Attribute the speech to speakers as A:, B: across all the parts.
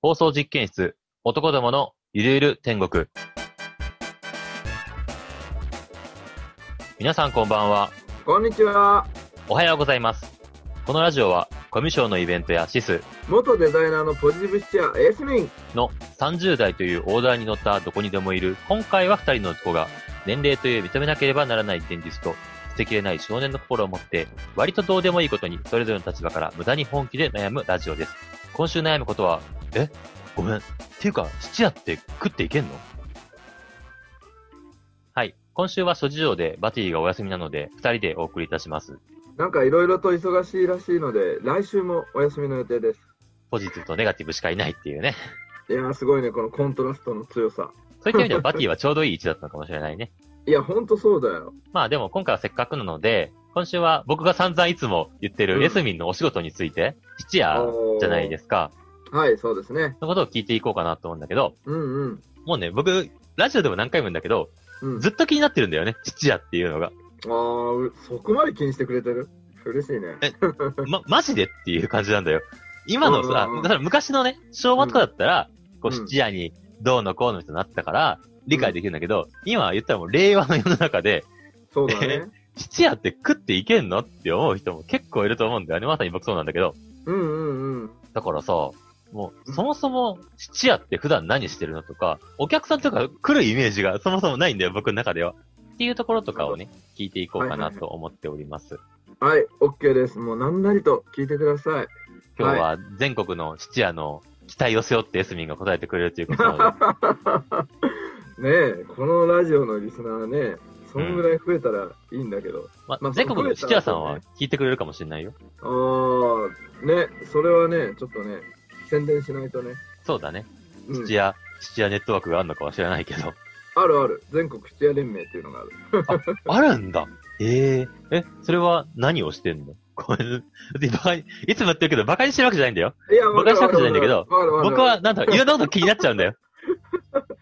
A: 放送実験室、男どものゆるゆる天国。皆さんこんばんは。
B: こんにちは。
A: おはようございます。このラジオは、コミュ障のイベントやシス
B: 元デザイナーのポジティブシチア、エースミン。
A: の30代というオーダーに乗ったどこにでもいる、今回は2人の男が、年齢という認めなければならない現実と、捨てきれない少年の心を持って、割とどうでもいいことに、それぞれの立場から無駄に本気で悩むラジオです。今週悩むことは、えごめん。っていうか、質屋って食っていけんのはい。今週は諸事情でバティがお休みなので、2人でお送りいたします。
B: なんかいろいろと忙しいらしいので、来週もお休みの予定です。
A: ポジティブとネガティブしかいないっていうね。
B: いやー、すごいね、このコントラストの強さ。
A: そういった意味ではバティはちょうどいい位置だったのかもしれないね。
B: いや、ほんとそうだよ。
A: まあでも今回はせっかくなので、今週は僕が散々いつも言って
B: う
A: る
B: ん
A: エスミンのお仕事について、質屋じゃないですか、
B: す。はい、そうですね。
A: のことを聞いていこうかなと思うんだけど、
B: うんうん。
A: もうね、僕、ラジオでも何回も言うんだけど、
B: うん、
A: ずっと気になってるんだよね、質屋っていうのが。
B: あーうそこまで気にしてくれてる嬉しいね。
A: ま、マジでっていう感じなんだよ。今のさ
B: うんうんうん、
A: だから昔のね、昭和とかだったら、こう、
B: うん
A: 質屋にどうのこうの人になったから、理解できるんだけど、今言ったらもう令和の世の中で、
B: そう だね。
A: 質屋って食っていけんのって思う人も結構いると思うんだよね。まさに僕そうなんだけど。
B: うんうんうん。
A: だからさ、もう、そもそも、質屋って普段何してるのとか、お客さんとか来るイメージがそもそもないんだよ、僕の中では。っていうところとかをね、聞いていこうかなと思っております。
B: はい、OK です。もう何なりと聞いてください。
A: 今
B: はい
A: 日は全国の質屋の期待を背負ってエスミンが答えてくれるというこ となので、
B: ねえ、このラジオのリスナーはね、そんぐらい増えたらいいんだけど。
A: ま
B: まあ
A: 全国の質屋さんは
B: そ
A: 聞いてくれるかもしれないよ。
B: ああ、ね、それはね、ちょっとね、宣伝しないとね。
A: そうだね。
B: うん
A: 質、屋、質屋ネットワークがあるのかは知らないけど。
B: あるある。全国質屋連盟っていうのがある。
A: あるんだ。えええ、それは何をしてんの これ、バカにいつもやってるけど、バカにしてるわけじゃないんだよ。
B: いや、
A: 僕はしたことないんだけど
B: わかるわかる
A: 僕は、なんだろう、いろんなこと気になっちゃうん だよ。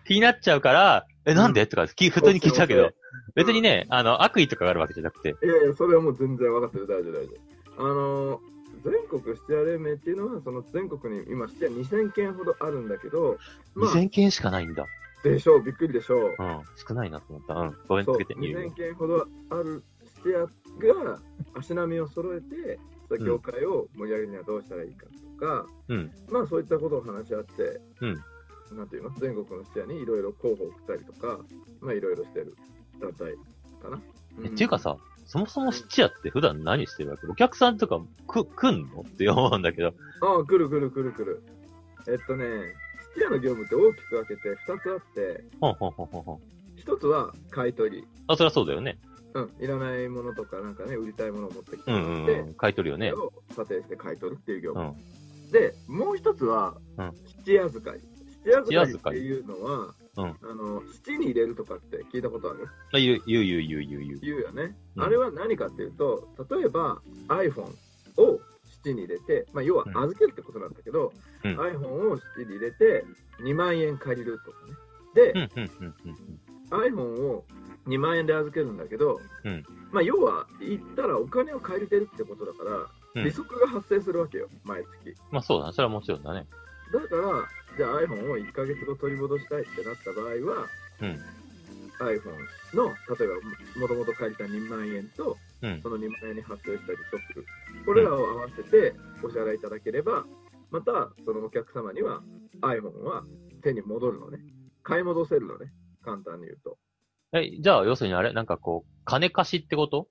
A: 気になっちゃうから、え、なんでとか、き普通に聞いちゃうけ
B: そう
A: ど
B: そ、
A: 別にね、あの、悪意とかがあるわけじゃなくて、
B: いやいや、それはもう全然分かってる。大丈夫、大丈夫。あのー全国質屋連盟っていうのは、その全国に今、質屋2000件ほどあるんだけど、まあ、
A: 2000件しかないんだ。
B: でしょう、びっくりでしょ
A: う
B: う。
A: ん、少ないなと思った。うん、ごめん
B: そ
A: つ
B: う
A: けて。いいよ
B: 2000件ほどある質屋が足並みを揃えて、そう
A: うん
B: 業界を盛り上げるにはどうしたらいいかとか、
A: うん、
B: まあそういったことを話し合って、
A: うん
B: なんていうの、全国の質屋にいろいろ候補を送ったりとか、まあいろいろしてる団体かな。
A: えっていうかさ、そもそも質屋って普段何してるわけお客さんとかく、来んのって思うんだけど。
B: ああ、くるくるくるくる。えっとね、質屋の業務って大きく分けて2つあって、
A: ほんほんほんほんほん。
B: 1つは買い取り。
A: あ、そりゃそうだよね。
B: うん、いらないものとか、なんかね、売りたいものを持ってきて、
A: うんうんうん。買い取るよね
B: それ。を査定して買い取るっていう業
A: う
B: 務。
A: ん。
B: で、もう一つは
A: うん、
B: 質屋使い。質屋使いっていうのは、
A: うん
B: あの質に入れるとかって聞いたことある
A: あ言う、言う、言う、言う、言う、言う。
B: 言うよね、
A: うん
B: あれは何かっていうと例えば iPhone を質に入れて、まあ、要は
A: うん
B: 預けるってことなんだけど、
A: うん
B: iPhone を質に入れて2万円借りるとかねで、
A: うん、うん、うん、うん。
B: iPhone を2万円で預けるんだけど、
A: うん
B: まあ、要は言ったらお金を借りてるってことだから
A: うん
B: 利息が発生するわけよ毎月
A: まあそうだね。それはもちろんだね。
B: だからじゃあ iPhone を1ヶ月後取り戻したいってなった場合は
A: うん。
B: iPhone の例えばもともと借りた2万円と
A: うん
B: そ。の2万円に発生した利息これらを合わせてお支払いいただければまたそのお客様には iPhone は手に戻るのね買い戻せるのね簡単に言うと
A: え、じゃあ、要するにあれなんかこう、金貸しってこと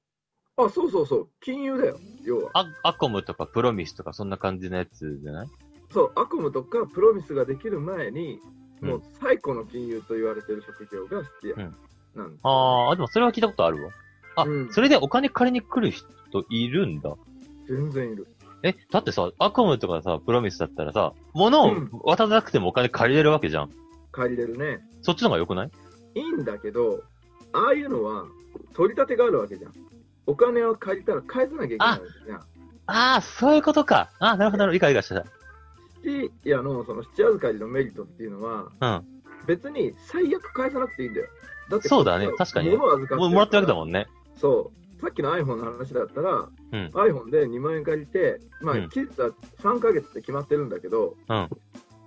B: あそうそうそう金融だよ要は
A: アアコムとかプロミスとかそんな感じのやつじゃない
B: そうアコムとかプロミスができる前に
A: うん
B: もう最古の金融と言われてる職業が質屋
A: うん
B: なんです
A: あーあ、でもそれは聞いたことあるわ。あ、
B: うん
A: それでお金借りに来る人いるんだ。
B: 全然いる
A: え、だってさ、アコムとかさ、プロミスだったらさ、物を
B: うん
A: 渡さなくてもお金借りれるわけじゃん。
B: 借りれるね
A: そっちの方が良くない
B: いいんだけど、ああいうのは取り立てがあるわけじゃん。お金を借りたら返さなきゃいけないわけじゃん。
A: ああ、そういうことか。あーなるほど、なるほど。理解がした。
B: 質屋のその質預かりのメリットっていうのは、
A: うん
B: 別に最悪返さなくていいんだよ。だって
A: そうだね確かに
B: 物を預かって
A: もうもらってるわけだ
B: ん。
A: もんね。
B: そう。さっきの iPhone の話だったら、
A: うん
B: iPhone で2万円借りて、ま
A: う
B: あ
A: ん、
B: 期日は3ヶ月って決まってるんだけど、
A: うん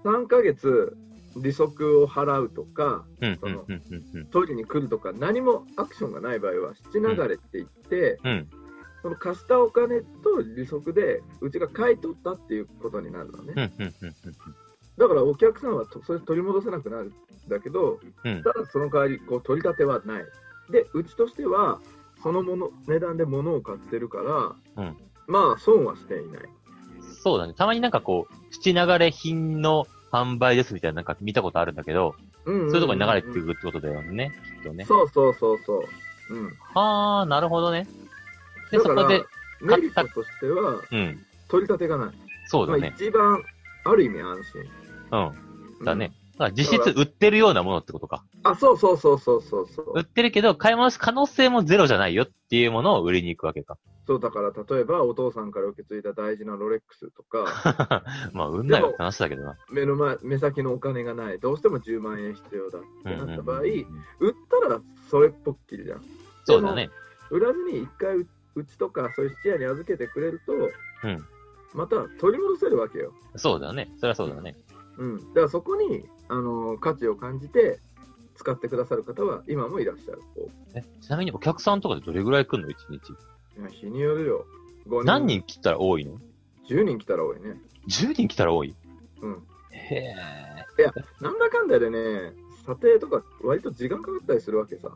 B: 3ヶ月利息を払うとか
A: うん
B: そ
A: うん
B: の
A: うんうんうん
B: 取りに来るとか何もアクションがない場合は七流れって言って、
A: うん
B: その貸したお金と利息でうちが買い取ったっていうことになるのね、
A: うんうんうん
B: だからお客さんはとそれ取り戻せなくなるんだけど
A: うん
B: ただその代わりこう取り立てはないでうちとしてはそのもの値段で物を買ってるから、
A: うん
B: まあ損はしていない
A: うんそうだね。たまになんかこう、七流れ品の販売ですみたいななんか見たことあるんだけど、
B: うんうんうんうん
A: そういうところに流れてくるってことだよね、きっとね。
B: そうそうそうそう、うん、
A: はあ、なるほどね。で、
B: だ
A: そ
B: か
A: こ
B: ら
A: で、
B: メリットとしては
A: うん。
B: 取り立てがない、
A: そう
B: ま
A: だ
B: あ、
A: ね。
B: 一番ある意味安
A: うん。
B: 心
A: だね。だから実質売ってるようなものってことか。
B: あ、そうそうそうそうそうそ
A: 売っ
B: う。
A: てるけど、買い戻す可能性もゼロじゃないよっていうものを売りに行くわけか。
B: そうだから例えばお父さんから受け継いだ大事なロレックスとか、
A: まあ、売んないよって話だけどな。
B: 目の前目先のお金がない、どうしても10万円必要だってなった場合、売ったらそれっぽっきりじゃん。
A: そうだね。
B: 売らずに一回ううちとかそういう質屋に預けてくれると、
A: うん
B: また取り戻せるわけよ。
A: そうだね。それはそうだね。
B: うん、だからそこにあの価値を感じて使ってくださる方は今もいらっしゃる。こ
A: えちなみにお客さんとかでどれぐらい来るの一日。
B: ういや日によるよ。5人
A: 何人来たら多いの
B: ?10 人来たら多いね。
A: ?10 人来たら多い
B: うん。
A: へえ。
B: なんだかんだでね、査定とか割と時間かかったりするわけさ。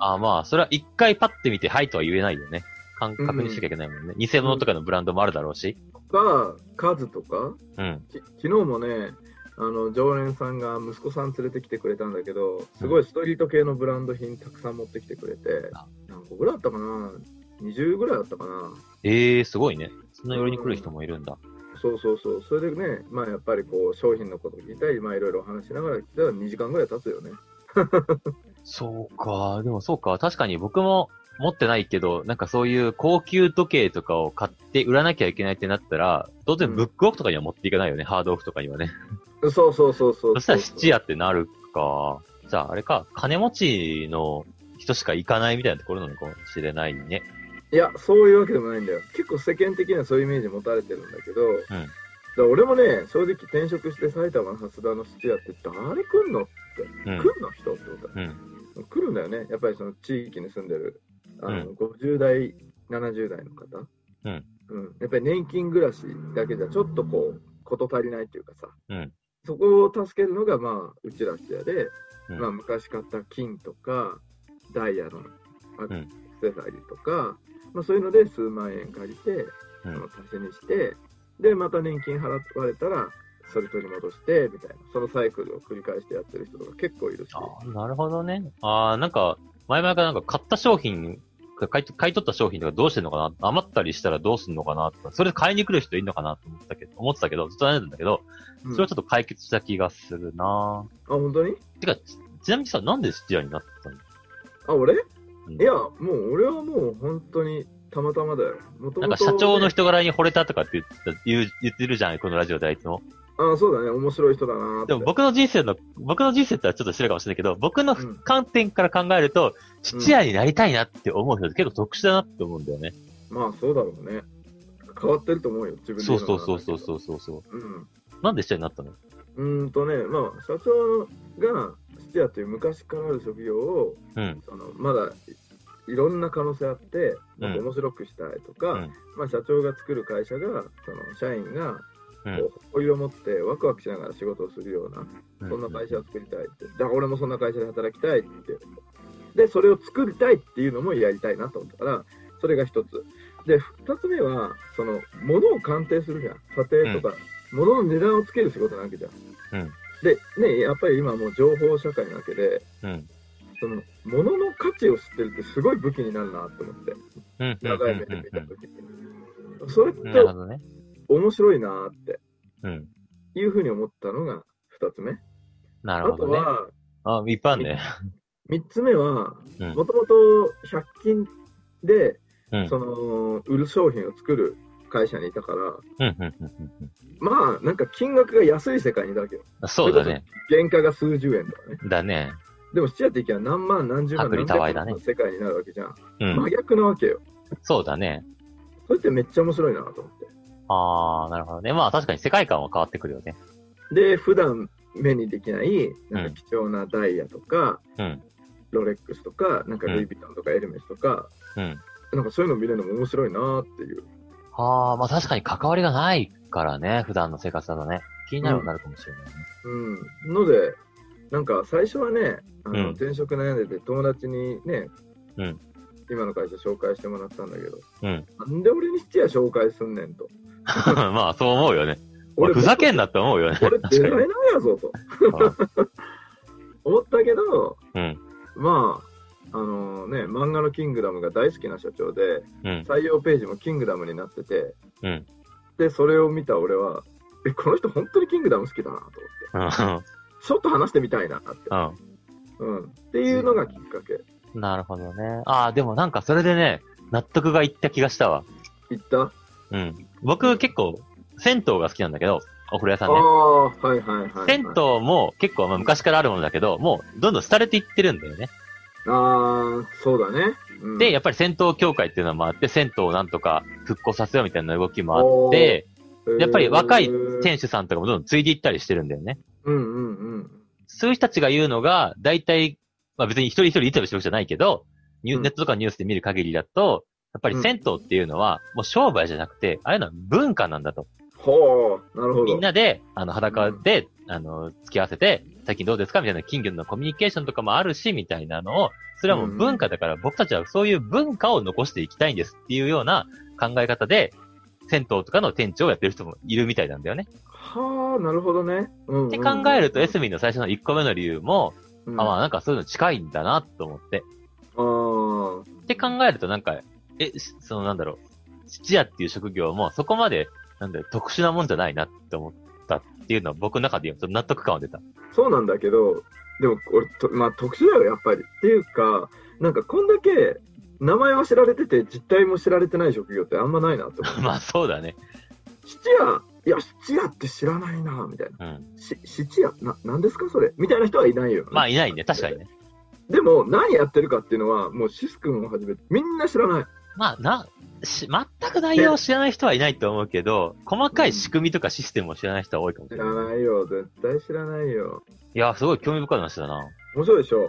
A: あまあ、それは一回パッて見て、はいとは言えないよね。感確認しなきゃいけないもんね。偽物とかのブランドもあるだろうし。
B: が、数とか、
A: うん。
B: き昨日もね、あの常連さんが息子さん連れてきてくれたんだけど、すごいストリート系のブランド品たくさん持ってきてくれて
A: あ、
B: 何個ぐらいあったかな ?20 ぐらいあったかな
A: ええー、すごいね。そんな寄りに来る人もいるんだ。
B: そうそうそう、それでね、まあやっぱりこう商品のこと聞いたり、まあいろいろお話しながら来たら2時間ぐらい経つよね。
A: そうか。でもそうか。確かに僕も持ってないけど、なんかそういう高級時計とかを買って売らなきゃいけないってなったら、当然ブックオフとかには持っていかないよね。ハードオフとかにはね。
B: そうそうそうそ
A: そ
B: う。
A: したら質屋ってなるか。じゃああれか、金持ちの人しか行かないみたいなところなのかもしれないね。
B: いや、そういうわけでもないんだよ。結構世間的にはそういうイメージ持たれてるんだけど、だから俺もね、正直転職して埼玉の蓮田の質屋って誰来んの、
A: うん。
B: 来んの人ってこと
A: う
B: だ、
A: ん
B: 来るんだよね。やっぱりその地域に住んでる、あの、50代、70代の方。
A: うん。
B: うん。やっぱり年金暮らしだけじゃちょっとこう、こと足りないというかさ。
A: うん。
B: そこを助けるのが、まあ、うちら質屋で、
A: うん
B: まあ、昔買った金とか、ダイヤのアクセサリーとか、まあ、そういうので数万円借りて、
A: うん
B: あの足しにして、で、また年金払われたら、それ取り戻してみたいな、そのサイクルを繰り返してやってる人とか結構いるし、
A: あーなるほどね。ああ、なんか、前々からなんか買った商品、買い買い取った商品とかどうしてんのかな余ったりしたらどうすんのかなとか、それ買いに来る人いるのかなと思ってたけど、思ってたけど、ずっと悩んでたんだけど、
B: うん
A: それはちょっと解決した気がするな
B: あ本当に
A: てか、ちちなみにさ、なんで質屋になったの
B: あ、俺い
A: うん
B: や、もう俺はもう本当にたまたまだよ。もと
A: なん
B: も
A: か
B: と
A: 社長の人柄に惚れたとかって言って言う言ってるじゃん、このラジオであいつも。
B: あ、そうだね、面白い人だなーって。
A: でも僕の人生の、僕の人生ってのはちょっと知るかもしれないけど、僕の
B: うん
A: 観点から考えると、質屋になりたいなって思う人って結構特殊だなって思うんだよね。
B: まあ、そうだろうね。変わってると思うよ、自分で
A: そ
B: 言
A: う
B: の
A: そ
B: も
A: うそうそう
B: う。
A: そうそうそう。
B: うん。
A: なんで一緒になったの
B: うーんとね、まあ、社長が質屋という昔からある職業を
A: うん。
B: そのまだいいろんな可能性あって、
A: うん
B: もっと面白くしたいとか、
A: うん
B: まあ、社長が作る会社がその社員が
A: う
B: こ
A: ん。
B: う誇りを持ってワクワクしながら仕事をするような、そんな会社を作りたいってだから俺もそんな会社で働きたいってでそれを作りたいっていうのもやりたいなと思ったからそれが一つで二つ目はその物を鑑定するじゃん査定とか、物の値段をつける仕事なわけじゃん、
A: うん
B: でねやっぱり今もう情報社会なわけで
A: うん。
B: その物の価値を知ってるってすごい武器になるなと思って
A: うん。うん。
B: 長い目
A: う
B: で見た
A: ん
B: 時にそれっ
A: うん。なる
B: て
A: ほどね。
B: 面白いなって
A: うん。
B: いうふうに思ったのが2つ目、
A: な
B: あ
A: るほ
B: と
A: どね。
B: は
A: あ、いっぱいあるね。
B: 3つ目は
A: うん
B: もともと100均で
A: うん。
B: その売る商品を作る会社にいたから
A: うん。うん。うんうん
B: まあなんか金額が安い世界にいたわけよ
A: うんそうだね。
B: 原価が数十円とかね
A: だね。
B: でも質屋っていけば何万何十万
A: 薄利
B: 何
A: 多
B: 百
A: 売だ
B: 万
A: ね
B: の世界になるわけじゃん、
A: うん
B: 真。逆なわけよ
A: そうだね。
B: それってめっちゃ面白いなと思って
A: あー、なるほどね。まあ確かに世界観は変わってくるよね。
B: で普段目にできないなんか貴重なダイヤとか、
A: うん
B: ロレックスとかなんかルイ・ヴィトンとかエルメスとか、
A: うん。
B: なんかそういうの見れるのも面白いなーっていう
A: ああ、まあ確かに関わりがないからね、普段の生活だとね。気になるようになるかもしれないね。
B: うん、ので、なんか最初はね、あ
A: うん
B: の転職悩んでて、友達にね、
A: うん
B: 今の会社紹介してもらったんだけど、
A: うん
B: なんで俺に質屋紹介すんねんと。
A: まあそう思うよね。俺ふざけんなって思うよね。
B: 俺、デ
A: 確
B: ザ
A: か
B: イナー
A: に。
B: やぞと思ったけど、
A: うん。
B: まあ、あのね、漫画のキングダムが大好きな社長で、
A: うん。
B: 採用ページもキングダムになってて、
A: うん
B: で、それを見た俺は、え、この人本当にキングダム好きだなと思って、
A: うん。
B: ちょっと話してみたいなって、
A: うん。
B: うん、っていうのがきっかけ。
A: なるほどね。ああ、でもなんかそれでね、納得がいった気がしたわ。
B: 行った
A: うん。僕結構、銭湯が好きなんだけど、お風呂屋さんね。
B: ああー、はいはいはい、はい。
A: 銭湯も結構まあ昔からあるものだけど、もうどんどん廃れていってるんだよね。
B: ああ、そうだね。うん
A: で、、やっぱり銭湯協会っていうのもあって、銭湯をなんとか復興させようみたいな動きもあって、やっぱり若い
B: 手。
A: 店主さんとかもどんどん継いでいったりしてるんだよね。
B: うんうんうん。
A: そういう人たちが言うのが、大体、まあ別に一人一人インタビューしてるわけじゃないけど、ニュー
B: うん
A: ネットとかニュースで見る限りだと、やっぱり銭湯っていうのは、もう商売じゃなくて、ああいうのは文化なんだと。
B: ほう、なるほど。
A: みんなで、あの、裸で、あの、付き合わせて、最近どうですかみたいな金魚のコミュニケーションとかもあるし、みたいなのを、それはもう文化だから、僕たちはそういう文化を残していきたいんですっていうような考え方で、銭湯とかの店長をやってる人もいるみたいなんだよね。
B: はあ、なるほどね。うんうん
A: って考えると、エスミンの最初の1個目の理由も、
B: うん
A: あ、まあなんかそういうの近いんだなと思って。
B: あー
A: って考えるとなんか、え、しそのなんだろう、質屋っていう職業もそこまで、なんだろう、特殊なもんじゃないなって思ったっていうのは僕の中でちょっと納得感は出た。
B: そうなんだけど、でも俺と、まあ特殊だよ、やっぱり。っていうか、なんかこんだけ名前は知られてて、実態も知られてない職業ってあんまないなって 思 う。
A: まあそうだね。
B: 質屋、いや、質屋って知らないな、みたい
A: うん。
B: な。し質屋、な、なんですか、それ。みたいな人はいないよ、ね。
A: まあいないね、確かにね。
B: でも、何やってるかっていうのは、もうシス君をはじめ、みんな知らない。
A: まあな、し、全く内容を知らない人はいないと思うけど、細かい仕組みとかシステムを知らない人は多いかもし
B: 知
A: れな
B: ら
A: い。
B: ないよ、絶対知らないよ。
A: いや、すごい興味深い話だな。
B: 面白いでしょ。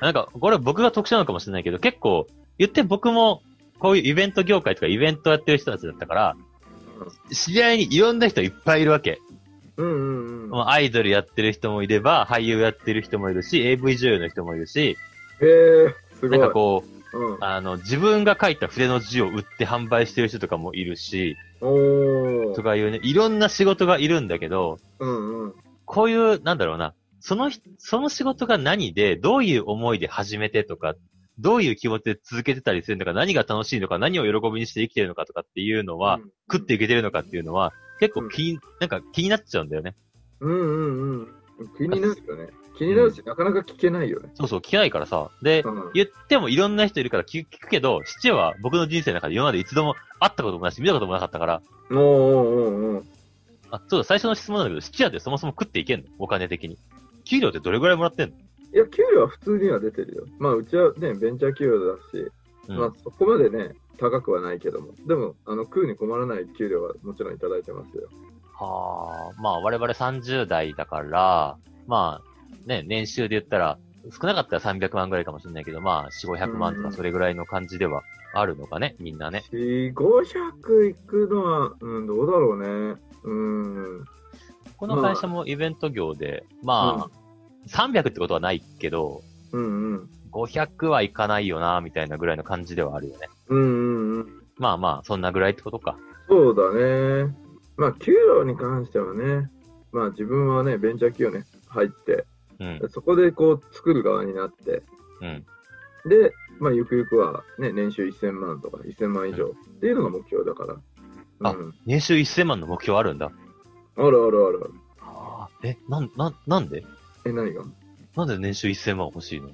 A: なんか、これ僕が特殊なのかもしれないけど、結構、言って僕も、こういうイベント業界とかイベントやってる人たちだったから、知り合いにいろんな人いっぱいいるわけ。
B: うんうんうん。
A: まあアイドルやってる人もいれば、俳優やってる人もいるし、AV 女優の人もいるし、
B: へえ、すご。
A: ないんかこう、
B: うん、
A: あの、自分が書いた筆の字を売って販売してる人とかもいるし、
B: お
A: と
B: ー。
A: かいうね、いろんな仕事がいるんだけど、
B: うんうん。
A: こういう、なんだろうな、その人、その仕事が何で、どういう思いで始めてとか、どういう気持ちで続けてたりするのか、何が楽しいのか、何を喜びにして生きてるのかとかっていうのは、
B: うん、
A: 食っていけてるのかっていうのは、結構気に、なんか気になっちゃうんだよね。
B: うんうんうん。気になるよね。気になるし、なかなか聞けないよね。
A: そうそう、聞けないからさ。で、
B: うん
A: 言ってもいろんな人いるから聞聞くけど、父は僕の人生の中で今まで一度も会ったこともないし、見たこともなかったから、
B: おーおーおーおー
A: あ、そうだ、最初の質問なんだけど、質屋ってそもそも食っていけんのお金的に。給料ってどれぐらいもらってんの
B: いや、給料は普通には出てるよ。まあ、うちはね、ベンチャー給料だし、
A: うん。
B: まあ、そこまでね、高くはないけども。でも、あの、食うに困らない給料はもちろんいただいてますよ。
A: はあ、まあ我々30代だから、まあ、ね、年収で言ったら、少なかったら300万ぐらいかもしれないけど、まあ、4、500万と
B: う
A: か
B: ん
A: それぐらいの感じではあるのかね、みんなね。
B: 4、500いくのは、うん、どうだろうね。うん。
A: この会社もイベント業で、まあ、300ってことはないけど、
B: うんうん。
A: 500はいかないよな、みたいなぐらいの感じではあるよね。
B: うんうんうん。
A: まあまあ、そんなぐらいってことか。
B: そうだね。まあ、給料に関してはね、まあ自分はね、ベンチャー企業ね、入って、
A: うん、
B: そこでこう作る側になって、
A: うん。
B: で、まあゆくゆくはね、年収1000万とか1000万以上っていうのが目標だから。
A: あ
B: うん。
A: 年収1000万の目標あるんだ。
B: あるあるある。
A: え、なん、なん、なんで
B: え、何が
A: なんで年収1000万欲しいの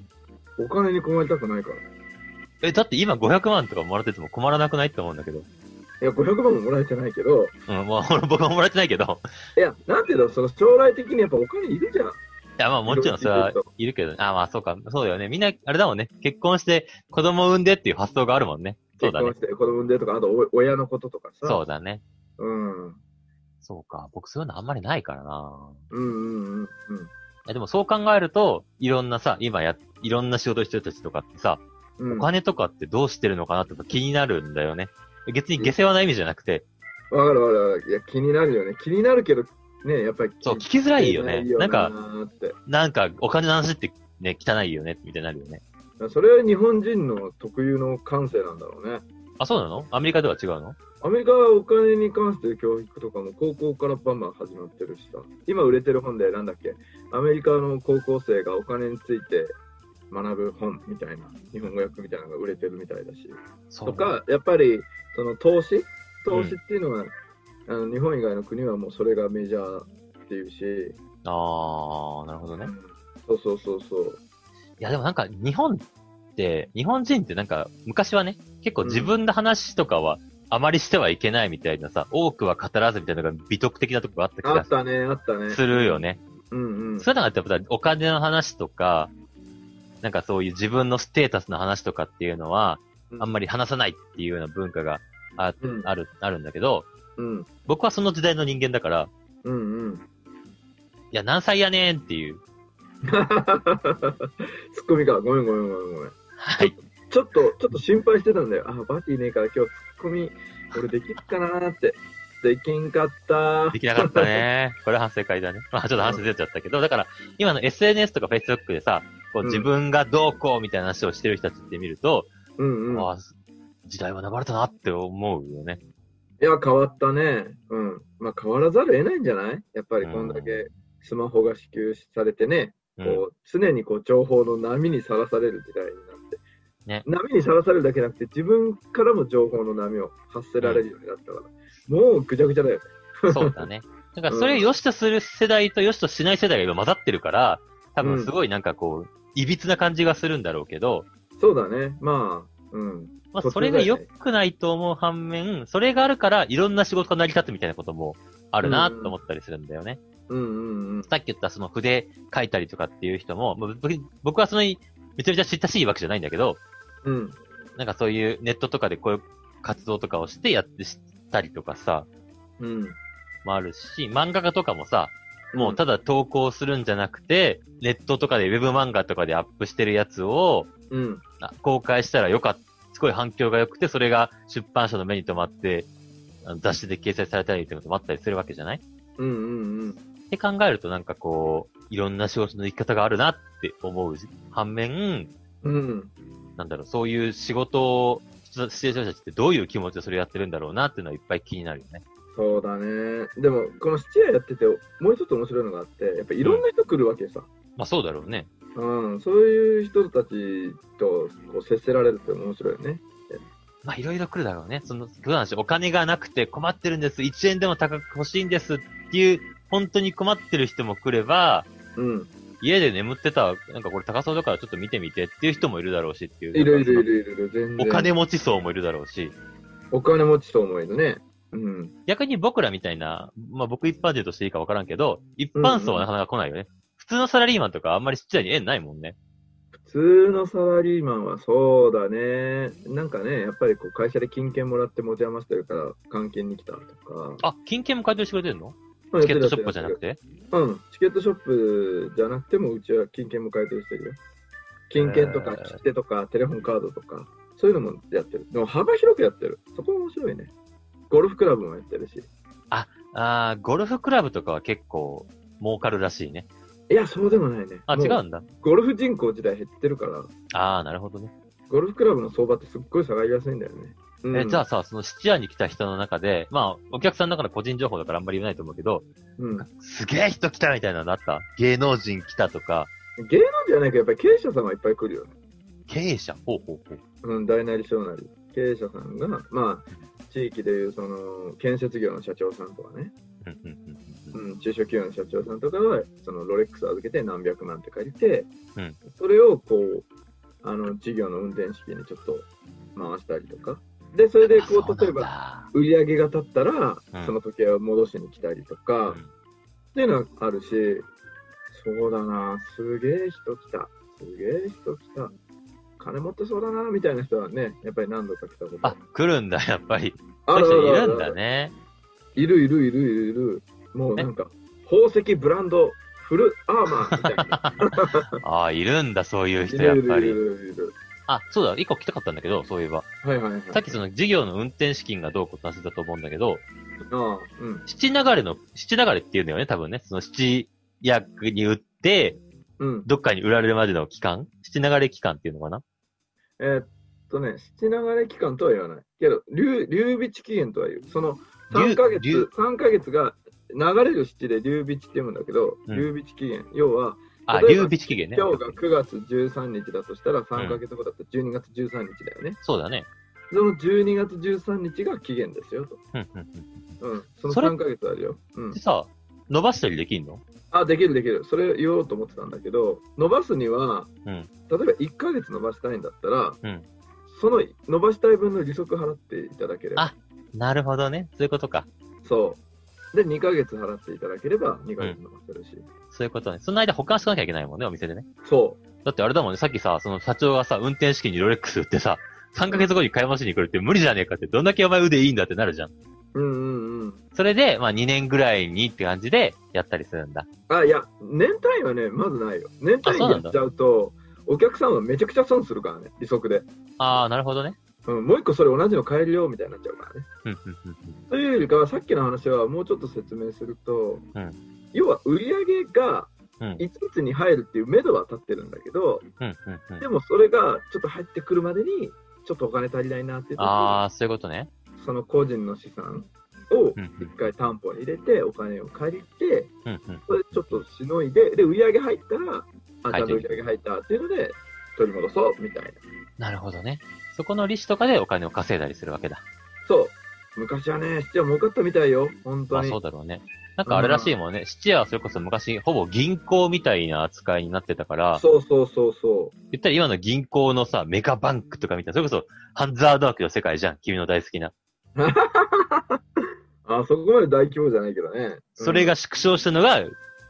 B: お金に困りたくないから。い
A: え、だって今500万とかもらってても困らなくないって思うんだけど。
B: や、500万ももらえてないけど、
A: うん、 まあ俺僕はもらってないけど。
B: いや、なんていうの、その将来的にやっぱお金いるじゃん。
A: いや、まあもちろんそれはいるけど、あ、まあそうか、そうだよね。みんな、あれだもんね。結婚して子供産んでっていう発想があるもんね。そうだね
B: 結婚。して子供産んでとか、あとお親のこととかさ。
A: そうだね。
B: うん。
A: そうか。僕そういうのあんまりないからな。
B: うんうんうんうん。
A: えでもそう考えると、いろんなさ、今や、いろんな仕事してる人たちとかってさ、
B: うん、
A: お金とかってどうしてるのかなって気になるんだよね。別に下世話な意味じゃなくて、
B: わかるわかるわかる。いや、気になるよね。気になるけど、ね、やっぱり。
A: そう、聞きづらいよね。なんか、
B: ーって。
A: なんか、お金の話ってね、汚いよね、みたいになるよね。
B: それは日本人の特有の感性なんだろうね。
A: あ、そうなのアメリカでは違うの
B: アメリカはお金に関して教育とかも高校からバンバン始まってるしさ。今売れてる本でなんだっけアメリカの高校生がお金について学ぶ本みたいな、日本語訳みたいなのが売れてるみたいだし。
A: そう。
B: とか、やっぱりその投資投資っていうのは、あの日本以外の国はもうそれがメジャーっていうし、
A: あー、なるほどね。
B: そうそうそうそう。
A: いや、でもなんか、日本って、日本人ってなんか、昔はね、結構自分の話とかは、あまりしてはいけないみたいなさ、多くは語らずみたいなのが美徳的なとこがあった気
B: あ
A: が
B: ったね、あったね。
A: するよね。
B: うんうん。
A: そういうのがやっぱお金の話とか、なんかそういう自分のステータスの話とかっていうのは、あんま
B: り。
A: り話さないっていうような文化があ
B: うん
A: ある、あるんだけど、
B: うん
A: 僕はその時代の人間だから、
B: うんうん。
A: いや、何歳やねんっていう。
B: ツッコミか。ごめんごめんごめんごめん。
A: はい。
B: ちょっと、ちょっと心配してたんだよ。あ、バティねえから今日ツッコミ、俺できるかなーって。できんかったー
A: できなかったね。これ反省会だね。まあちょっと反省出ちゃったけど、だから今の SNS とか Facebook でさ、こう
B: うん
A: 自分がどうこうみたいな話をしてる人たちって見ると、
B: うんうん。い
A: ああ、時代は流れたなって思うよね。
B: や、変わったね。うん。まあ変わらざるを得ないんじゃないやっぱりこんだけスマホが支給されてね。
A: うん。
B: こう常にこう情報の波にさらされる時代になって、
A: ね
B: 波にさらされるだけじゃなくて自分からも情報の波を発せられるようになったから、もうぐちゃぐちゃだよね。
A: そうだね。だからそれを良しとする世代と良しとしない世代が今混ざってるから、多分すごいなんかこう、いびつな感じがするんだろうけど、
B: そうだね、まあ、うん、
A: ま
B: そ
A: あ
B: う
A: それが良くないと思う反面、それがあるからいろんな仕事が成り立つみたいなこともあるなと思ったりするんだよね。
B: うんうんうん、
A: さっき言ったその筆書いたりとかっていう人も、まあ僕僕はその、めちゃめちゃ親しいわけじゃないんだけど、
B: うん、
A: なんかそういうネットとかでこういう活動とかをしてやってしたりとかさ、
B: うん、
A: もあるし、漫画家とかもさ、もうただ投稿するんじゃなくて、ネットとかでウェブ漫画とかでアップしてるやつを
B: うん、
A: あ公開したらよかった。すごい反響が良くて、それが出版社の目に留まって、あの雑誌で掲載されたりってこともあったりするわけじゃない
B: うん、うん、うん、
A: って考えるとなんかこう、いろんな仕事の生き方があるなって思うし反面、
B: うん、
A: なんだろう、そういう仕事をしてる人たちってどういう気持ちでそれやってるんだろうなっていうのはいっぱい気になるよね。
B: そうだね。でも、この質屋やってて、もう一つ面白いのがあって、やっぱいろんな人来るわけさ。
A: まあそうだろうね。
B: うん、そういう人たちとこう接せられるって面白いよね。
A: まあいろいろ来るだろうね。その、普段しお金がなくて困ってるんです。1円でも高く欲しいんですっていう、本当に困ってる人も来れば、
B: うん、
A: 家で眠ってた、なんかこれ高そうだからちょっと見てみてっていう人もいるだろうしっていう。
B: いるいるい。るいる、全
A: お
B: 然。
A: 金持ち層もいるだろうし。
B: お金持ちと思えるね。うん。
A: 逆に僕らみたいな、まあ僕一般人としていいかわからんけど、一般層はなかなか来ないよね。普通のサラリーマンとかあんまりちっちゃいに縁ないもんね。
B: 普通のサラリーマンはそうだね。なんかね、やっぱりこう会社で金券もらって持ち余してるから、換金に来たとか。
A: あ、金券も回答してくれてるの
B: うん
A: チケットショップじゃなく。
B: や
A: て
B: ってるやってるうん。チケットショップじゃなくても、うちは金券も買い取りしてるよ。金券と
A: へ
B: か、
A: ー
B: 切手とか、テレホンカードとか、そういうのもやってる。でも幅広くやってる。そこも面白いね。ゴルフクラブもやってるし。
A: ああ、ゴルフクラブとかは結構儲かるらしいね。
B: いや、そうでもないね。
A: あ、違
B: も
A: うんだ。
B: ゴルフ人口自体減ってるから、
A: ああ、なるほどね。
B: ゴルフクラブの相場ってすっごい下がりやすいんだよね。うん
A: え、じゃあさ、その質屋に来た人の中で、まあ、お客さんの中の個人情報だからあんまり言えないと思うけど、
B: うん、
A: すげえ人来たみたいなのあった。芸能人来たとか、
B: 芸能じゃないけど、やっぱり経営者さんはいっぱい来るよね。
A: 経営者。ほうほうほう。
B: うん、大なり小なり。経営者さんが、まあ、地域でいう、その、建設業の社長さんとかね、
A: うんうんうんうんうん
B: うん、中小企業の社長さんとかは、その、ロレックス預けて何百万って借りて、
A: うん
B: それを、こう、あの、事業の運転資金にちょっと回したりとか。で、それで、こ
A: あ
B: う、例え
A: そう
B: ば、
A: なん
B: 売り上げが立ったら、
A: ん
B: その時計を戻しに来たりとか、
A: だ
B: っ。ていうのはあるし、そうだな、すげえ人来た、すげえ人来た、金持ってそうだな、みたいな人はね、やっぱり何度か来たこと
A: あ、来るんだ、やっぱり。
B: あ
A: そう
B: る
A: いう人い
B: あ
A: る
B: る
A: ん
B: あ
A: だ
B: る
A: ね。
B: いるいるいるいるいる。もうなんか、宝石ブランド、フルアーマーみた いな。
A: ああ、いるんだ、そういう
B: い
A: 人、やっ
B: るい
A: ぱ
B: るい
A: り。
B: るいる。
A: あ、そうだ、一個聞きたかったんだけど、そういえば。
B: はいはいはい。
A: さっきその事業の運転資金がどうこうなせたと思うんだけど、
B: ああ、うん。
A: 七流れの、七流れっていうんだよね、多分ね。その七役に売って、
B: うん。
A: どっかに売られるまでの期間七流れ期間っていうのかな
B: えーっとね、七流れ期間とは言わない。けど、流流備地期限とは言う。その3ヶ
A: 流
B: 月、三ヶ月が流れる七で流備地って言うんだけど、
A: うん
B: 流備地期限。要は、
A: あ、
B: 例え
A: 流
B: ば
A: 備期限ね。
B: 今日が9月13日だとしたら、3ヶ月後だと12月13日だよね。
A: そうだね。
B: その12月13日が期限ですよと。
A: うんうんうん
B: うん。その
A: それ
B: 3ヶ月あるよ。うん
A: で。さ、伸ばしたりできんの
B: あ、できるできる。それ言おうと思ってたんだけど、伸ばすには、
A: うん
B: 例えば1ヶ月伸ばしたいんだったら、
A: うん
B: その伸ばしたい分の利息払っていただければ、
A: あなるほどね。そういうことか。
B: そう。で、2ヶ月払っていただければ、2ヶ月伸ばせるし、
A: そういうことね。その間保管しとなきゃいけないもんね、お店でね。
B: そう。
A: だってあれだもんね、さっきさ、その社長がさ、運転資金にロレックス売ってさ、3ヶ月後に買い戻しに来るって無理じゃねえかって、どんだけお前腕いいんだってなるじゃん。
B: うんうんうん。
A: それで、まあ2年ぐらいにって感じでやったりするんだ。
B: あ、いや、年単位はね、まずないよ。年単
A: あ
B: 位
A: そうな
B: や
A: ん
B: っ
A: だ
B: ちゃうと、お客さんはめちゃくちゃ損するからね、利息で。
A: ああ、なるほどね。
B: うん、もう一個それ同じの買えるよ、みたいになっちゃうからね。
A: うんうんうんうん
B: というよりかは、さっきの話はもうちょっと説明すると、
A: うん
B: 要は売り上げが
A: うん
B: いついつに入るっていう目処は立ってるんだけど、
A: うんうんうん
B: でもそれがちょっと入ってくるまでに、ちょっとお金足りないなっていう時
A: ああ、そういうことね。
B: にその個人の資産を
A: うん
B: 一回担保に入れて、お金を借りて、
A: うんうんうん
B: それちょっとしのいで、で、売り上げ入ったら、あ、
A: は
B: ち
A: い
B: ゃんと売り上げ入ったっていうので、取り戻そうみたいな。
A: なるほどね。そこの利子とかでお金を稼いだりするわけだ。
B: そう。昔はね、質は儲かったみたいよ、本
A: ま
B: 当
A: あ
B: に。
A: そうだろうね。なんかあれらしいもんね。質屋はそれこそ昔、ほぼ銀行みたいな扱いになってたから、
B: そうそうそうそう。
A: 言ったら今の銀行のさ、メガバンクとかみたいな、それこそハンザードワークの世界じゃん。君の大好きな。
B: あそこまで大規模じゃないけどね。
A: それが
B: うん
A: 縮小したのが、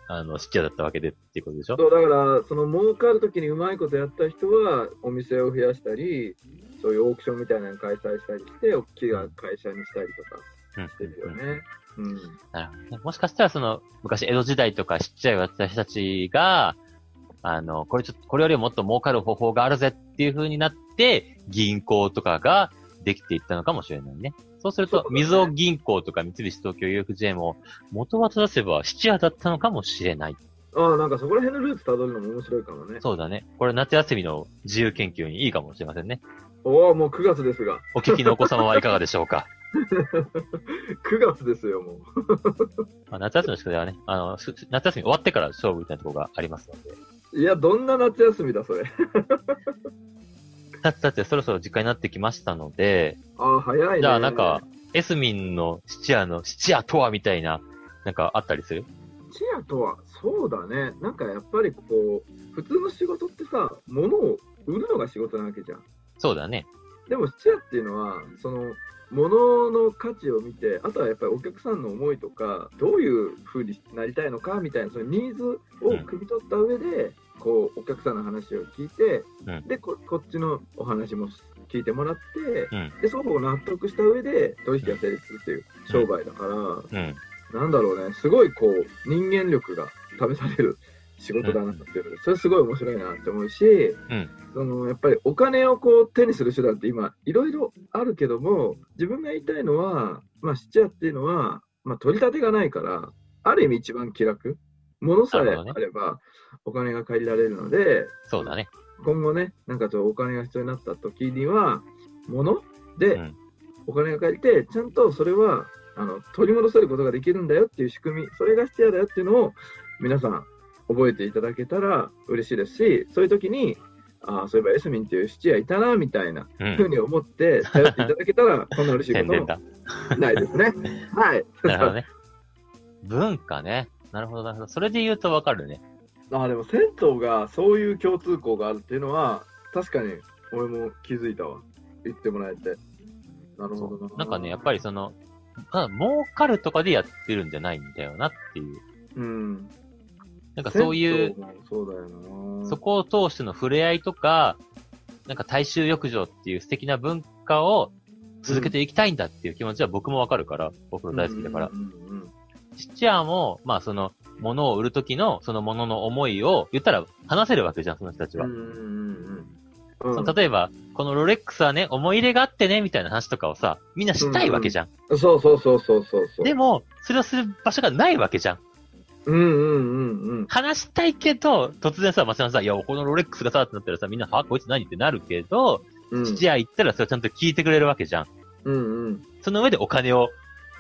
A: あの、質屋だったわけでっていうことでしょ
B: そうだから、その儲かるときにうまいことやった人は、お店を増やしたり、そういうオークションみたいなの開催したりして、大きい会社にしたりとか
A: うん
B: してるよね。うん。
A: なるほどね。もしかしたらその、昔江戸時代とかちっちゃいやってた人たちが、あの、これちょっと、これよりもっと儲かる方法があるぜっていう風になって、銀行とかができていったのかもしれないね。そうする
B: そう
A: と
B: だ、ね
A: みずほ銀行とか三菱東京 UFJ も、元は正せば質屋だったのかもしれない。
B: ああ、なんかそこら辺のルーツたどるのも面白いかもね。
A: そうだね。これ夏休みの自由研究にいいかもしれませんね。
B: おお、もう9月ですが。
A: お聞きのお子様はいかがでしょうか。
B: 9月ですよ、もう。
A: まあ、夏休みの宿題はね、あの、す夏休み終わってから勝負みたいなところがありますので。
B: いや、どんな夏休みだ、それ。
A: さてさて、そろそろ時間になってきましたので、
B: ああ、早いね。
A: じゃあなんか、、エスミンの七夜の七夜とはみたいな、なんかあったりする
B: チアとは、そうだね、なんかやっぱりこう、普通の仕事ってさ、物を売るのが仕事なわけじゃん。
A: そうだね。
B: でも、チアっていうのは、その、物の価値を見て、あとはやっぱりお客さんの思いとか、どういう風になりたいのかみたいな、そのニーズを汲み取った上で、こう、お客さんの話を聞いて、
A: うん
B: でこ、こっちのお話も聞いてもらって、
A: うん
B: で、双方納得した上で、取引が成立するっていう商売だから、
A: うん。
B: なんだろうね、すごいこう、人間力が試される仕事だなっていうので、それすごい面白いなって思うし、
A: ん
B: そのやっぱりお金をこう手にする手段って今、いろいろあるけども、自分が言いたいのは、まあ、質屋っていうのは、まあ、取り立てがないから、ある意味一番気楽。物さえ
A: なるほどね
B: あれば、お金が借りられるので、
A: そうだね。
B: 今後ね、なんかちょっとお金が必要になった時には、物で
A: うん
B: お金が借りて、ちゃんとそれはあの取り戻せることができるんだよっていう仕組み、それが必要だよっていうのを皆さん覚えていただけたら嬉しいですし、そういう時に、ああ、そういえばエスミンっていう質屋いたなみたいな
A: う。
B: ふうんに思って頼っていただけたら、こんな嬉しいこ
A: 宣伝
B: とも
A: だ。
B: ないですね。はい。
A: なるほどね。文化ね。なるほど、なるほど。それで言うとわかるね。
B: ああ、でも銭湯がそういう共通項があるっていうのは、確かに俺も気づいたわ。言ってもらえて。なるほど
A: そうなんかね、やっぱりその、ただ儲かるとかでやってるんじゃないんだよなっていう。
B: うん。
A: なんかそういう、
B: 銭湯もそうだよな。
A: そこを通しての触れ合いとか、なんか大衆浴場っていう素敵な文化を続けていきたいんだっていう気持ちは僕もわかるから、僕の大好きだから
B: う。んうんうん
A: ちっちゃも、まあその、物を売る時の、その物の思いを、言ったら話せるわけじゃん、その人たち
B: う
A: は。
B: んうんうんう
A: そ
B: ん
A: の例えば、このロレックスはね、思い入れがあってね、みたいな話とかをさ、みんなしたいわけじゃん。
B: うん、そうそうそうそうそうそう。
A: でも、それをする場所がないわけじゃん。
B: うんうんうんうん。
A: 話したいけど、突然さ、松山さん、いや、このロレックスがさ、ってなったらさ、みんな、はこいつ何ってなるけど、
B: うん
A: 父親行ったらそれをちゃんと聞いてくれるわけじゃん。
B: うんうん。
A: その上でお金を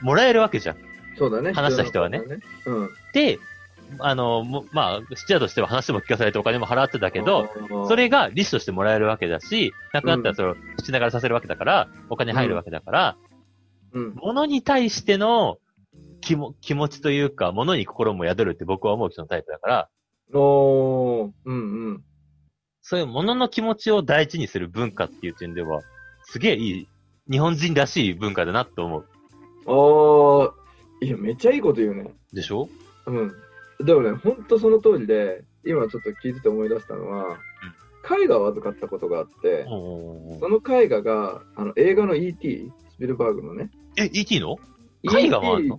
A: もらえるわけじゃん。
B: そうだね。
A: 話した人はね。
B: うん。
A: で、あの、もまあ、父親としては話も聞かされてお金も払ってたけど、
B: あー
A: それが利子としてもらえるわけだし、亡くなったらそれをしながらさせるわけだから、お金入るわけだから、
B: うん。
A: 物に対しての気も気持ちというか、物に心も宿るって僕は思う人のタイプだから、
B: おーうんうん。
A: そういう物の気持ちを大事にする文化っていう点では、すげえいい、日本人らしい文化だなと思う。
B: ああ、いや、めっちゃいいこと言うね。
A: でしょ
B: うん。でもね、ほんとその通りで、今ちょっと聞いてて思い出したのは、絵画を預かったことがあって、その絵画が、あの映画の E.T.、スピルバーグのね、
A: え、ET の絵画もあるの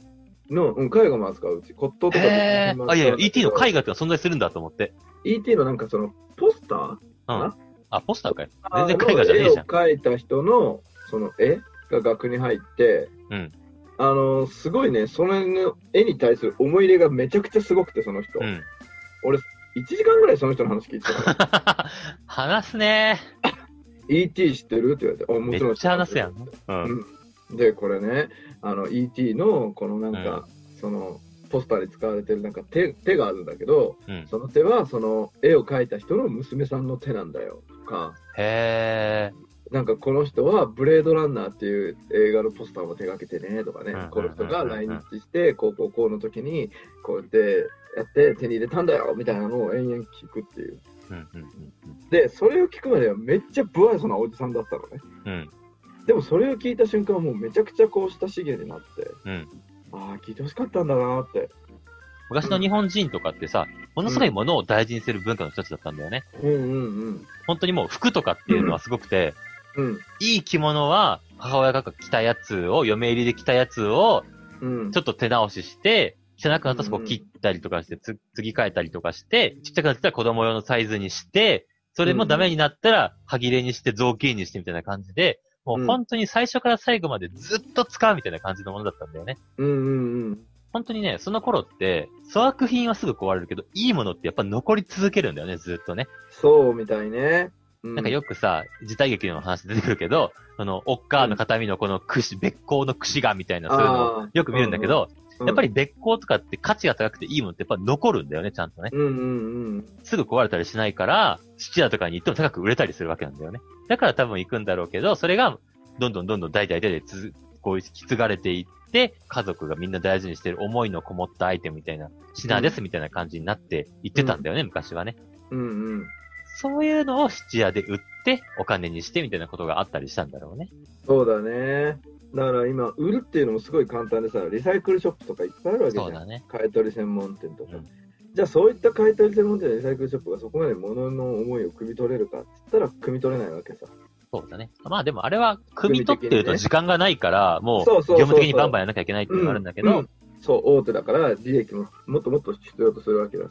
B: E.T. の、うん、絵画も扱ううち、骨董とか
A: へえ。あ、いやいや、ET の
B: 画
A: 絵画ってのは存在するんだと思って。
B: E.T. のなんかその、ポスター
A: うん
B: あ。
A: あ、ポスターかい。全然絵画じゃねえじゃん。
B: あの絵を描いた人の、その絵が額に入って、
A: うん
B: あの、すごいね、その絵に対する思い入れがめちゃくちゃすごくて、その人。
A: うん。
B: 俺、1時間ぐらいその人の話聞いてたから。
A: 話すね
B: ET 知ってるって言われて、あ、も
A: め
B: ちろん
A: っちゃ話すやん。う。
B: うんん。で、これね、あの、ET の、このなん
A: う
B: か、その、ポスターで使われてるなんか手手があるんだけど、
A: うん。
B: その手はその絵を描いた人の娘さんの手なんだよとか、
A: へえ。
B: なんかこの人は「ブレードランナー」っていう映画のポスターも手がけてねとかね
A: うんうんうんうん、
B: この人が来日して、高校校の時にこうやってやって手に入れたんだよみたいなのを延々聞くっていう。
A: うんうんうんうん
B: で、それを聞くまではめっちゃ不愛想なおじさんだったのね。
A: うん。
B: でもそれを聞いた瞬間、もうめちゃくちゃこう親しげになって、
A: うん
B: ああ、聞いてほしかったんだなーって。
A: 昔の日本人とかってさ、ものすごいものを大事にする文化の一つだったんだよね。
B: うんうんうん。
A: 本当にもう服とかっていうのはすごくて、
B: うん
A: いい着物は母親が着たやつを、嫁入りで着たやつを、
B: うん
A: ちょっと手直しして、着なくなったらそこ切ったりとかして、つ、継ぎ替えたりとかして、ちっちゃくなったら子供用のサイズにして、それもダメになったら、歯切れにして、雑巾にしてみたいな感じで、もう本当に最初から最後までずっと使うみたいな感じのものだったんだよね。
B: うんうんうん。
A: 本当にね、その頃って、粗悪品はすぐ壊れるけど、いいものってやっぱ残り続けるんだよね、ずっとね。
B: そうみたいね。な
A: なんかよくさ、時代劇の話出てくるけど、その、おっかーの形見のこの櫛、別行の櫛がみたいな、そういうのを
B: あー
A: よく見るんだけど、
B: うん
A: やっぱり別行とかって価値が高くていいものってやっぱ残るんだよね、ちゃんとね。
B: うんうんうん。
A: すぐ壊れたりしないから、質屋とかに行っても高く売れたりするわけなんだよね。だから多分行くんだろうけど、それが、どんどんどんどん代々代々つ、こう、引き継がれていって、家族がみんな大事にしてる思いのこもったアイテムみたいな、品ですみたいな感じになっていってたんだよね、昔はね。
B: うんうん。
A: そういうのを質屋で売って、お金にしてみたいなことがあったりしたんだろうね。
B: そうだね。だから今、売るっていうのもすごい簡単でさ、リサイクルショップとかいっぱいあるわけじゃ
A: そ
B: ん。
A: うだね。
B: 買い取り専門店と
A: う
B: か。
A: ん
B: じゃあ、そういった買い取り専門店やリサイクルショップがそこまで物の思いを汲み取れるかって言ったら、汲み取れないわけさ。
A: そうだね。まあでもあれは、汲み取ってると時間がないから、もう、
B: そう
A: 業
B: そうそうそう
A: 務的にバンバンやらなきゃいけないっていうのがあるんだけど、
B: うそう、大手だから、利益ももっともっと必要とするわけだし。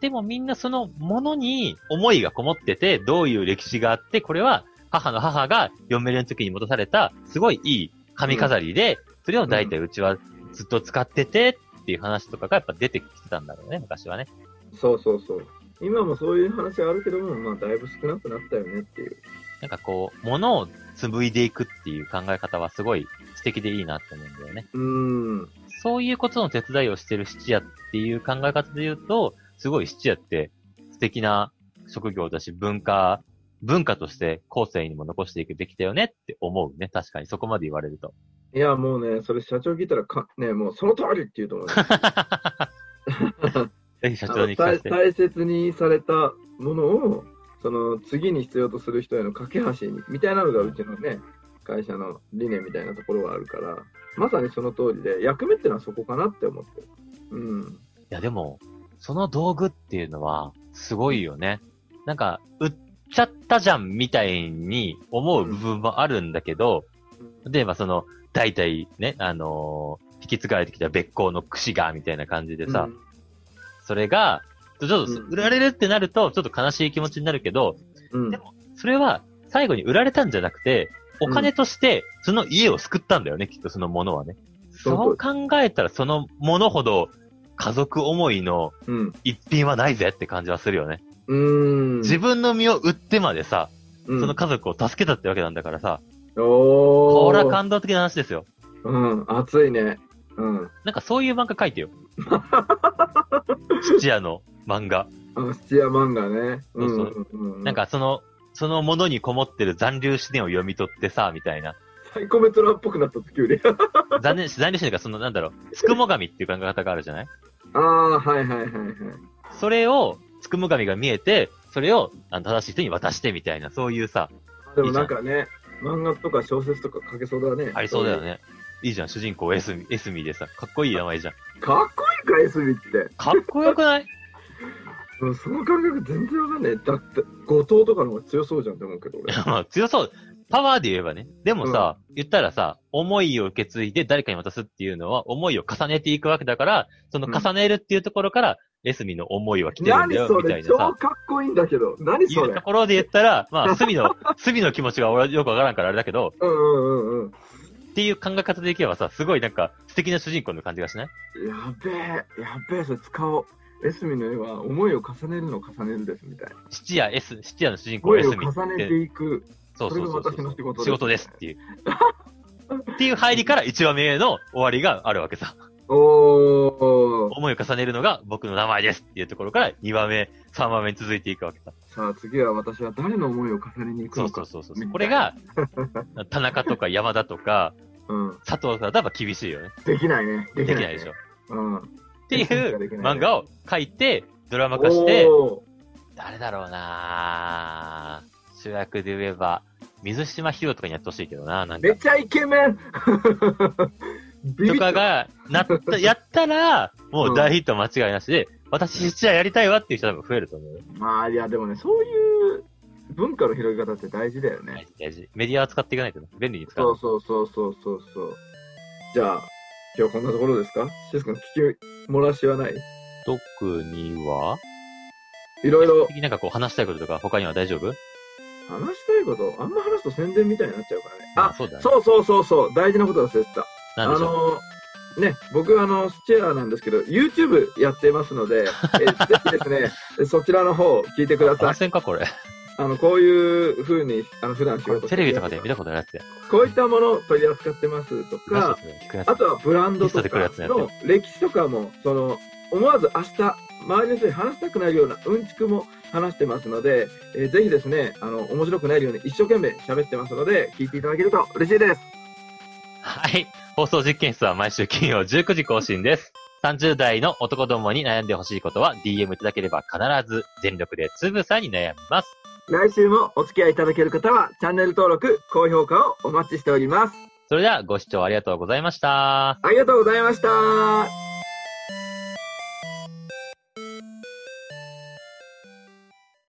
A: でもみんなそのものに思いがこもってて、どういう歴史があって、これは母の母が嫁入りの時に戻された、すごいいい髪飾りで、それを大体うちはずっと使っててっていう話とかがやっぱ出てきてたんだろうね、昔はね。
B: そうそうそう。今もそういう話はあるけども、まあ、だいぶ少なくなったよねっていう。
A: なんかこう、物を紡いでいくっていう考え方はすごい素敵でいいなって思うんだよね。
B: うーん。
A: そういうことの手伝いをしてる質屋っていう考え方で言うと、すごい質屋って素敵な職業だし、文化、文化として後世にも残していくべきだよねって思うね。確かにそこまで言われると。
B: いや、もうね、それ社長聞いたらか、ね、もうその通りって言うと思うよ。
A: ぜ ひ社
B: あ
A: 長
B: の
A: に聞かせ
B: 大
A: て。
B: 大切にされたものをその次に必要とする人への架け橋にみたいなのがうちのね会社の理念みたいなところはあるからまさにその通りで役目ってのはそこかなって思ってるうん
A: いやでも、その道具っていうのは、すごいよね。なんか、売っちゃったじゃんみたいに思う部分もあるんだけど、で、まあその、代々ね、あのー引き継がれてきた別行の櫛が、みたいな感じでさ、
B: うん
A: それが、ちょっと
B: うん
A: 売られるってなると、ちょっと悲しい気持ちになるけど、
B: うん
A: でもそれは最後に売られたんじゃなくて、お金としてその家を救ったんだよね、きっとそのものはね。
B: う
A: そう考えたらそのものほど家族思いの
B: うん。
A: 一品はないぜって感じはするよね。
B: うーん。
A: 自分の身を売ってまでさ、
B: 分
A: その家族を助けたってわけなんだからさ、
B: お
A: こ
B: ー
A: れは感動的な話ですよ。
B: うん、熱いね。うん。
A: なんかそういう漫画書 いてよ。父屋の漫画。
B: あ、土屋漫画ね。
A: そうそ
B: んうんうん、
A: なん、かその、そのものにこもってる残留思念を読み取ってさ、みたいな。
B: サイコメトラっぽくなった時 より。あ
A: 残念、残留思念がその、なんだろう、つくも神っていう考え方があるじゃない
B: あ、はいはいはいはい。
A: それを、つくも神が見えて、それをあの正しい人に渡してみたいな、そういうさ、
B: でもなんかね、漫画とか小説とか書けそうだね。
A: ありそうだよ。ね。いいじゃん、主人公エスミ、エスミでさ、かっこいい名前じゃん。
B: かっこいいか、エスビって。
A: かっこよくない
B: うんその感覚全然わかんない。だって、後藤とかの方が強そうじゃんって思うけど、俺。
A: まあ強そう。パワーで言えばね。でもさ、言ったらさ、思いを受け継いで誰かに渡すっていうのは、思いを重ねていくわけだから、その重ねるっていうところから、エスミの思いは来てるん
B: 何
A: だよ、
B: そ
A: みた
B: れ
A: いな
B: 超
A: さ。
B: かっこいいんだけど。何
A: い
B: そうれ
A: ところで言ったら、まあ、隅の、 隅の気持ちが俺はよくわからんからあれだけど、
B: うんうんうんうん。
A: っていう考え方でいけばさ、すごいなんか素敵な主人公の感じがしない
B: やべえ、やべえ、それ使おう。エスミの絵は思いを重ねるのを重ねるですみたいな。
A: 七夜 S、七夜の主人公
B: 思い
A: S
B: を
A: み
B: 重
A: っ
B: ね
A: て、
B: ていく。
A: そうそうそうそう
B: これが私の仕事です
A: 仕事ですっていう。っていう入りから一話目の終わりがあるわけさ。
B: おー。
A: 思いを重ねるのが僕の名前ですっていうところから2話目、3話目に続いていくわけさ。
B: さあ次は私は誰の思いを重ねに行く
A: そう
B: の
A: そ
B: か。
A: うそうそう
B: みたい。な
A: これが、田中とか山田とか、
B: うん。
A: 佐藤さんだとやっぱ厳しいよね。
B: できないね。で
A: で
B: き
A: き
B: ない、ね。
A: ないでしょ。っ
B: うん。って
A: いう漫画を書いて、ドラマ化して、誰だろうなぁ主役で言えば、水島ヒロとかにやってほしいけどななんか
B: め。ちゃイケメン ビビ
A: と
B: っ
A: か
B: た
A: が、なった、やったら、もう大ヒット間違いなしで、私実はやりたいわっていう人多分増えると思うよ。
B: まあ、いや、でもね、そういう文化の広げ方って大事だよね。
A: 大事大事メディアは使っていかないとね便利に使
B: そうう。そうそうそうそうそう。じゃあ、今日こんなところですかシス君、聞き漏らしはない
A: 特にはい
B: ろいろ
A: 次なんかこう話したいこととか他には大丈夫
B: 話したいこと、あんま話すと宣伝みたいになっちゃうからね。
A: まあ
B: あ、
A: そうだね。
B: そうそうそうそう、大事なこと忘れてた。あ
A: なんでしょう。
B: のーね、僕、あの、スチェアなんですけど、YouTube やってますの で、えぜひですね、えそちらの方、聞いてくだ
A: あ
B: さ
A: ま
B: い。
A: せんかこれ。
B: あの、こういう風に、あの、普段仕事
A: テレビとかで見
B: た
A: たことあるやつや。
B: こういったものを取り扱ってますと
A: マジ
B: か
A: で、それ聞くやつ
B: あ。とはブランドと
A: リストで
B: か
A: 来るやつね
B: の歴史とかも、その、思わず明日、周りの人に話したくなるようなうんちくも話してますので、えーぜひですね、あの、面白くないように一生懸命喋ってますので、聞いていただけると嬉しいです。
A: はい。放送実験室は毎週金曜19時更新です。30代の男どもに悩んでほしいことは DM いただければ必ず全力でつぶさに悩みます。
B: 来週もお付き合いいただける方は、チャンネル登録、高評価をお待ちしております。
A: それではご視聴ありがとうございました。
B: ありがとうございました。